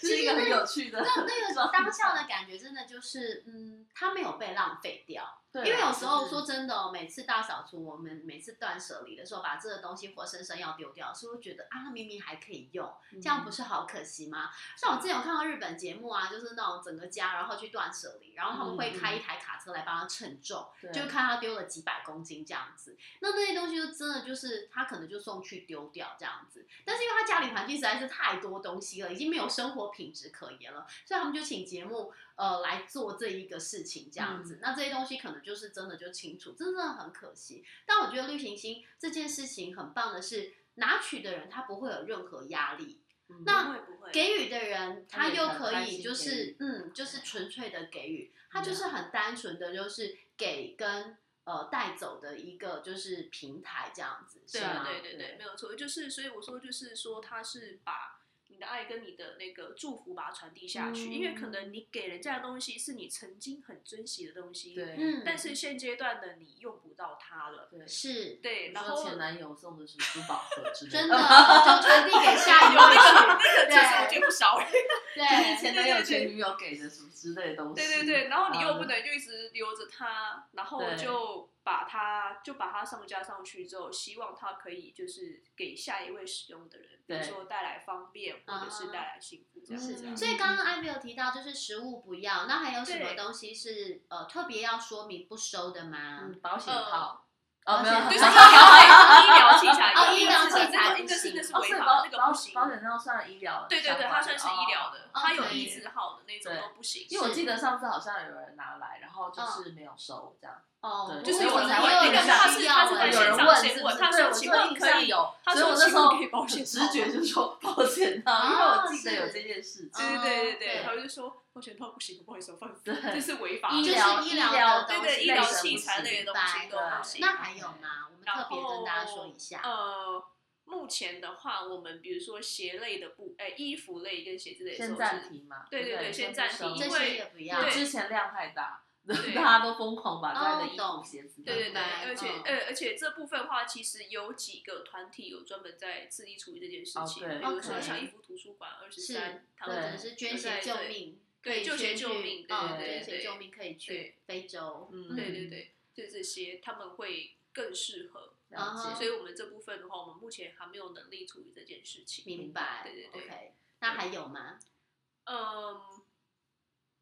S2: 就是一个很有趣的，
S1: 那那个当下的感觉真的就是，嗯，它没有被浪费掉。
S2: 对啊
S1: 因为有时候
S2: 就是
S1: 说真的、哦，每次大扫除，我们每次断舍离的时候，把这个东西活生生要丢掉，是会觉得啊，明明还可以用，
S2: 啊
S1: 这样
S2: 嗯
S1: 不是好可惜吗？像我之前有看到日本节目啊，就是那种整个家然后去断舍离，然后他们会开一台卡车来帮他称重，
S2: 对
S1: 就看他丢了几百公斤这样子。那那些东西就真的就是他可能就送去丢掉这样子，但是因为他家里环境实在是太多东西了，已经没有生活品质可言了，所以他们就请节目呃来做这一个事情这样子。那这些东西可能就是真的就清楚，真的很可惜。但我觉得绿行星这件事情很棒的是，拿取的人他不会有任何压力，
S2: 嗯
S1: 那
S3: 不会不会，
S1: 给予的人，
S2: 他
S1: 他
S2: 也
S1: 又
S2: 很
S1: 可
S2: 开
S1: 以
S2: 心
S1: 就
S2: 给
S1: 是
S2: 予
S1: 嗯，就是纯粹的给予，他就
S2: 对
S1: 是很单纯的，就是给跟呃带走的一个就是平台这样子，
S3: 对
S1: 是
S3: 啊
S1: 吗？
S3: 对对
S2: 对
S3: 对，没有错，就是所以我说就是说他是把。你的爱跟你的那个祝福把它传递下去，
S2: 嗯
S3: 因为可能你给人家的东西是你曾经很珍惜的东西，，
S2: 对，
S1: 嗯，
S3: 但是现阶段呢，你用不到它了，
S2: 对，
S1: 是
S3: 对，
S2: 比
S3: 然
S2: 如说
S3: 后
S2: 前男友送的什么珠宝盒之类
S1: 真的 [LAUGHS]
S2: 的
S1: 就
S2: [LAUGHS]
S1: 传递给下一位去，
S3: [CLEARS THROAT] 这是
S1: 对
S3: 我觉得不少
S2: 就是
S1: [LAUGHS] 对，
S2: 前男友前女友给的什么之类的东西，
S3: 对对对，然后你又不
S2: 啊
S3: 能就一直留着它，然后
S2: 对
S3: 就把它就把它上架上去之后，希望它可以就是给下一位使用的人，比如
S2: 对
S3: 说带来方便或者是
S1: 啊
S3: 带来幸福这样
S1: 是
S3: 子
S2: 这
S3: 啊。
S2: 样
S1: 所以刚刚艾米有提到，就是食物不要，那还有什么
S3: 对
S1: 东西是呃特别要说明不收的吗？
S2: 嗯保险套，
S1: 保
S2: 哦没有
S1: 险，
S3: 呃就是医
S1: 套
S2: [LAUGHS]
S3: 疗器材，
S1: 哦
S3: 医
S1: 医
S3: 疗
S1: 疗
S3: 器材
S1: 器材
S3: 这个这个是那是
S2: 哦，
S3: 违
S2: 所以
S3: 法
S2: 保
S3: 的，那个
S2: 保
S3: 不行。
S2: 保险套算医疗，
S3: 对对对，它算是医
S2: 哦
S3: 疗。的，它有
S1: OK
S3: 医治号的那种
S2: 对
S3: 都不行。
S2: 因为我记得上次好像有人拿来，然后
S3: 嗯
S2: 就是没有收这样，
S1: 哦，
S2: 就是
S1: 我
S2: 有人
S1: 才
S2: 问
S1: 会
S2: 那个
S1: 想
S2: 他
S3: 是
S1: 要
S3: 他是
S1: 欸
S2: 有
S3: 在
S2: 人
S3: 现场
S2: 问
S3: 先
S2: 是
S3: 问
S2: 不
S3: 他
S2: 是对
S3: 说
S2: 我
S3: 请
S2: 就
S3: 问
S2: 印
S3: 可
S2: 象
S3: 以
S2: 有，
S3: 他
S2: 所以
S3: 说
S2: 我那
S3: 请
S2: 时
S3: 问
S2: 候
S3: 可以保险
S2: 直
S3: 套
S2: 觉
S3: 吗啊
S2: 就说保险套，因为我记得有这件事
S1: 哦
S2: 情，
S3: 对对对
S1: 对
S3: 对，他就说保险套不行，不好意思，我放
S2: 对
S3: 这是违法的。
S2: 医
S1: 就是
S2: 疗
S1: 医
S2: 医
S1: 疗
S2: 疗
S1: 的
S3: 对
S1: 东
S3: 对，
S1: 西
S3: 医疗
S1: 类的
S3: 器材
S1: 东西
S3: 类的东
S1: 白
S3: 西都不行。
S1: 那还有吗？我们
S3: 然
S1: 特别跟大家说一下。
S3: 呃，目前的话，我们比如说鞋类的布，哎、衣服类跟鞋之类的
S2: 先
S3: 都
S2: 暂
S3: 是。
S2: 停嘛，
S3: 对
S2: 对
S3: 对对，先
S2: 不
S3: 暂
S2: 收
S3: 停，
S1: 这
S3: 哦因
S1: 些
S3: 为
S1: 也不
S2: 因
S1: 要。
S2: 为
S3: 对
S2: 之前量太大，[LAUGHS]
S3: 对
S2: 大家都疯狂把大家的衣
S1: 哦懂
S2: 服鞋子拿
S3: 对对对，
S1: 对
S3: 而且
S1: 嗯
S3: 呃，而且这部分的话，其实有几个团体有专门在致力处理这件事
S2: 哦
S3: 情，
S2: 对
S3: 比如说
S1: OK
S3: 小衣服图书馆二十
S1: 是
S3: 三，他
S1: 或
S3: 们
S1: 者
S2: 对
S1: 是捐血救命，
S3: 对
S1: 可以
S3: 救
S1: 先
S3: 血救
S1: 去
S3: 命对
S1: 嗯，捐
S2: 对
S3: 对
S1: 血
S3: 对
S1: 救命可以去
S3: 对
S1: 非洲，
S2: 嗯
S3: 对对对，就这些他们会更适合。
S2: 了
S1: 嗯
S3: 所
S2: 解
S3: 以我们这部分的话，我们目前还没有能力处理这件事情。
S1: 明白？
S3: 对对对
S1: OK，那还有吗？
S3: 嗯，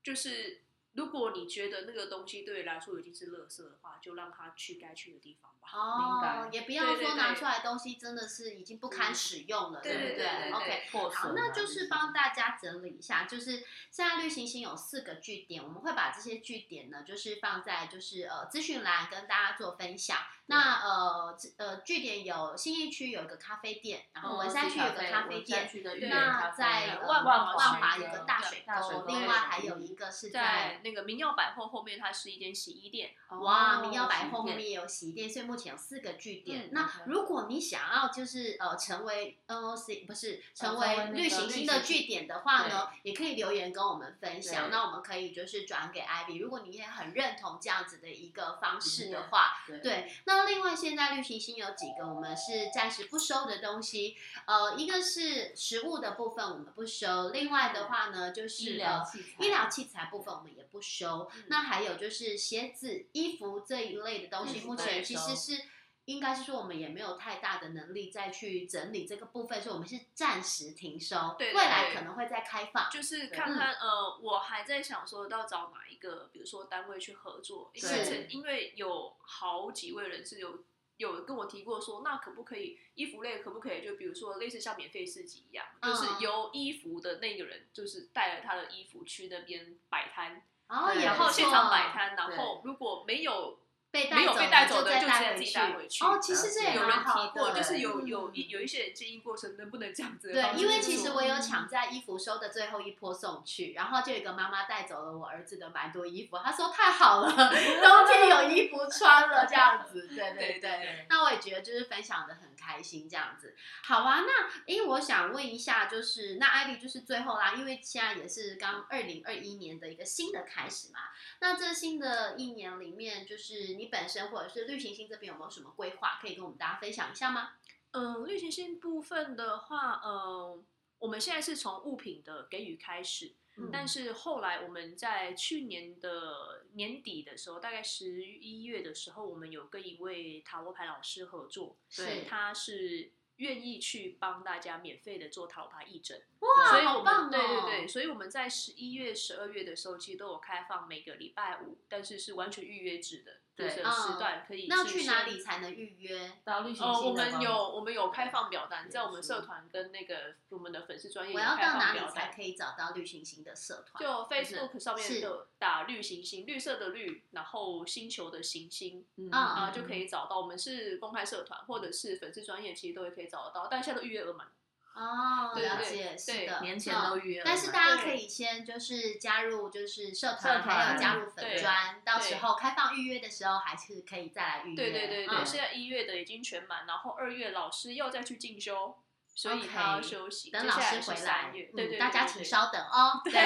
S3: 就是如果你觉得那个东西对你来说已经是垃圾的话，就让它去该去的地方吧。
S2: 明
S1: 哦
S2: 白，
S1: 也不要
S3: 对对
S1: 说拿
S3: 对嗯
S1: 出来的东西真的是已经不堪使用了，
S3: 对
S1: 不
S3: 对对对对
S1: ？OK，
S2: 破损
S1: 好，
S2: 啊
S1: 那就是帮
S2: 些
S1: 大家整理一下，就是现在绿行星有四个据点，我们会把这些据点呢，就是放在就是呃资讯栏跟大家做分享。那呃这呃据点有新义区有一个咖啡店，然后
S3: 哦
S1: 文山区有一个咖啡店，，
S3: 对
S1: 那在
S3: 呃
S1: 万
S3: 万
S1: 华
S3: 华
S1: 万
S3: 万
S1: 华
S3: 华
S1: 有
S3: 有
S1: 个
S3: 个
S1: 大
S3: 大
S1: 水
S3: 水
S1: 沟，
S2: 沟
S1: 另外还有一个是在
S3: 在那个明耀百货后面，它是一间洗衣店。
S1: 哇明耀百货后
S2: 后
S1: 面也有洗衣店，所以目前有四个据点。
S2: 嗯
S1: 那
S2: OK
S1: 如果你想要就是呃成为 NOC 不是成
S2: 哦成为
S1: 为
S2: 那个
S1: 绿行
S2: 绿
S1: 星的
S2: 行
S1: 据点的话呢，也可以留言跟我们分享。
S2: 对
S1: 那我们可以就是转给 Ivy，如果你也很认同这样子的一个方式的话，
S2: 对
S1: 对，那那另外现在绿行星有几个我们是暂时不收的东西，呃，一个是食物的部分我们不收，另外的话呢就是
S2: 医疗
S1: 呃
S2: 器材，
S1: 医疗器材部分我们也不收，
S3: 嗯
S1: 那还有就是鞋子、衣服这一类的东西，
S2: 嗯
S1: 目前
S2: 对
S1: 其
S2: 收
S1: 实是应该是说我们也没有太大的能力再去整理这个部分，所以我们是暂时停收，
S3: 对对
S1: 未来
S3: 对
S1: 可能会再开放。
S3: 就是看看呃，我还在想说要找哪一个，比如说单位去合作，因为
S1: 是
S3: 曾因为有好几位人是有有跟我提过说，那可不可以衣服类可不可以就比如说类似像免费市集一样，
S1: 嗯
S3: 就是由衣服的那个人就是带了他的衣服去那边摆摊，
S1: 哦，
S2: 对
S1: 也
S3: 然
S1: 不
S3: 后
S1: 错
S3: 现场摆摊，然后如果没有
S1: 啊被
S3: 没有被带走的
S1: 再
S3: 就
S1: 带回
S3: 直接自己
S1: 去
S3: 带回去嗯
S1: 哦，其实这也
S3: 有人
S1: 蛮好
S3: 提
S1: 的，
S3: 过，就是有有
S1: 嗯
S3: 一有一些人建议过说能不能这样子的
S1: 对，
S3: 方式去做，
S1: 因为其实我有
S2: 嗯
S1: 抢在衣服收的最后一波送去，然后就有一个妈妈带走了我儿子的蛮多衣服，她说太好了， [LAUGHS] 冬天有衣服穿了这样子，对对
S3: 对对
S1: 对。
S2: 对
S1: 那我也觉得就是分享的很开心这样子，好啊。那诶，我想问一下，就是那艾 y 就是最后啦，因为现在也是刚二零二一年的一个新的开始嘛。那这新的一年里面，就是你本身或者是绿行星这边有没有什么规划可以跟我们大家分享一下吗？
S3: 嗯，旅行性部分的话，嗯，我们现在是从物品的给予开始，
S1: 嗯
S3: 但是后来我们在去年的年底的时候，大概十一月的时候，我们有跟一位塔罗牌老师合作，
S1: 对
S3: 他是愿意去帮大家免费的做塔罗牌义诊，
S1: 哇
S3: 所以
S1: 好
S3: 我们、
S1: 棒哦！
S3: 对对对，所以我们在十一月、十二月的时候，其实都有开放每个礼拜五，但是是完全预约制的，
S2: 对
S3: 就是有
S1: 嗯
S3: 时段可以
S1: 那
S3: 是
S1: 去哪
S3: 先
S1: 里才能预约？
S2: 到绿行
S3: 哦，我
S2: 星的吗
S3: 们有我们有开放表单，
S2: 对
S3: 在我们
S2: 是
S3: 社团跟那个我们的粉丝专业
S1: 我
S3: 有
S1: 要
S3: 开
S1: 到
S3: 放
S1: 哪里
S3: 表
S1: 才
S3: 单。
S1: 可以找到绿行星的社团？
S3: 就 Facebook 上
S1: 是
S3: 面的打绿行星，绿色的绿，然后星球的行星，
S2: 嗯
S1: 啊
S3: 啊、就
S2: 以。
S3: 可以找到。我们是公开社团或者是粉丝专业，其实都会可以找得到，但现在都预约额满。
S1: 哦，
S3: 对对
S1: 了
S3: 对
S1: 解，是
S3: 对
S1: 的，
S2: 年前
S1: 嗯
S2: 都预约了嘛，
S1: 但是大家
S3: 对
S1: 可以先就是加入就是社
S2: 社
S1: 团，还有
S2: 团
S1: 加入粉
S3: 对
S1: 专，到时
S3: 对
S1: 候开放预约的时候还是可以再来预约。
S3: 对对对对，
S1: 嗯
S3: 现在一月的已经全满，然后二月老师要再去进修，所以他要
S1: OK，
S3: 休息。
S1: 等
S3: 接
S1: 老
S3: 下
S1: 师
S3: 是
S1: 回来
S3: 三月，，对对
S1: 嗯，大家请。稍等
S3: [LAUGHS]
S1: 哦。
S3: 对
S1: 对，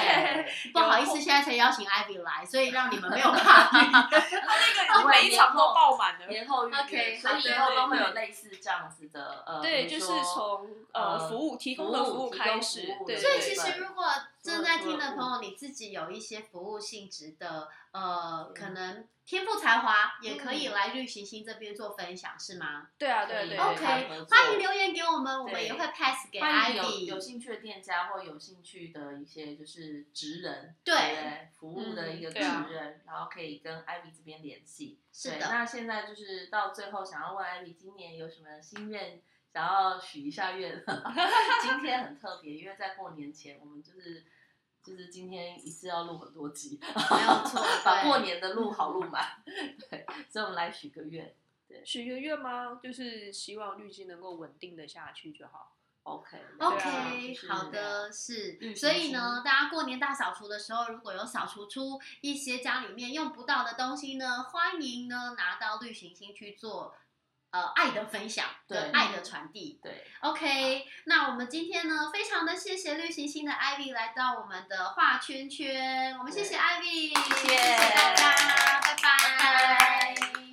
S3: 对
S1: 不好意思，现在才邀请 Ivy 来，所以让你们没有怕。
S2: [LAUGHS]
S3: 那个每一场都爆满了。
S2: 年后预约
S1: OK，
S2: 所
S1: 好
S2: 以以
S3: 对
S2: 后
S3: 对
S2: 都会有
S3: 对
S2: 类似这样子的
S1: 哦
S2: 呃，
S3: 对，
S2: 比
S3: 就
S2: 如
S3: 是
S2: 说
S3: 从
S2: 呃
S3: 呃服务提供的
S2: 服务
S3: 服务
S2: 提
S3: 开
S2: 供
S3: 始
S2: 服务，
S3: 对，
S2: 的
S1: 所以
S3: 对
S1: 其
S2: 部
S1: 实
S2: 分
S1: 如果正在听的
S2: 嗯
S1: 朋友，你自己有一些服务性质的，呃，
S2: 嗯
S1: 可能天赋才华，也可以
S3: 嗯
S1: 来绿行星这边做分享，是吗？
S3: 对啊，对啊对啊对啊
S1: OK，欢迎留言给我们，我们
S2: 对
S1: 也会 pass 给
S2: 欢迎有
S1: Ivy
S2: 有。兴趣的店家或有兴趣的一些就是职人，
S1: 对
S2: 不对，服务的一个
S3: 嗯
S2: 职
S3: 对啊
S2: 人，然后可以跟艾比这边联系。
S1: 是
S2: 对
S1: 的，
S2: 那现在就是到最后，想要问艾比今年有什么心愿，想要许一下愿。 [LAUGHS] 今天很特别，因为在过年前，我们就是就是今天一次要录很多集，，
S1: [LAUGHS] 没有错
S2: [LAUGHS] 把
S1: 对
S2: 过年的录好录满。 [LAUGHS] 对，所以我们来许个愿。
S3: 许个愿吗？就是希望滤镜能够稳定的下去就好。
S2: OK 对啊
S1: OK，
S2: 就是
S1: 好的，是，
S2: 嗯
S1: 所以呢，大家过年大扫除的时候，如果有扫除出一些家里面用不到的东西呢，欢迎呢拿到绿行星去做。呃，爱的分享，
S2: 对
S1: 跟爱的传递。
S2: 对，
S1: OK，那我们今天呢，非常的谢谢绿行星的 Ivy 来到我们的画圈圈，我们谢谢 Ivy，谢
S2: 谢
S1: 谢大家，拜拜
S2: 拜拜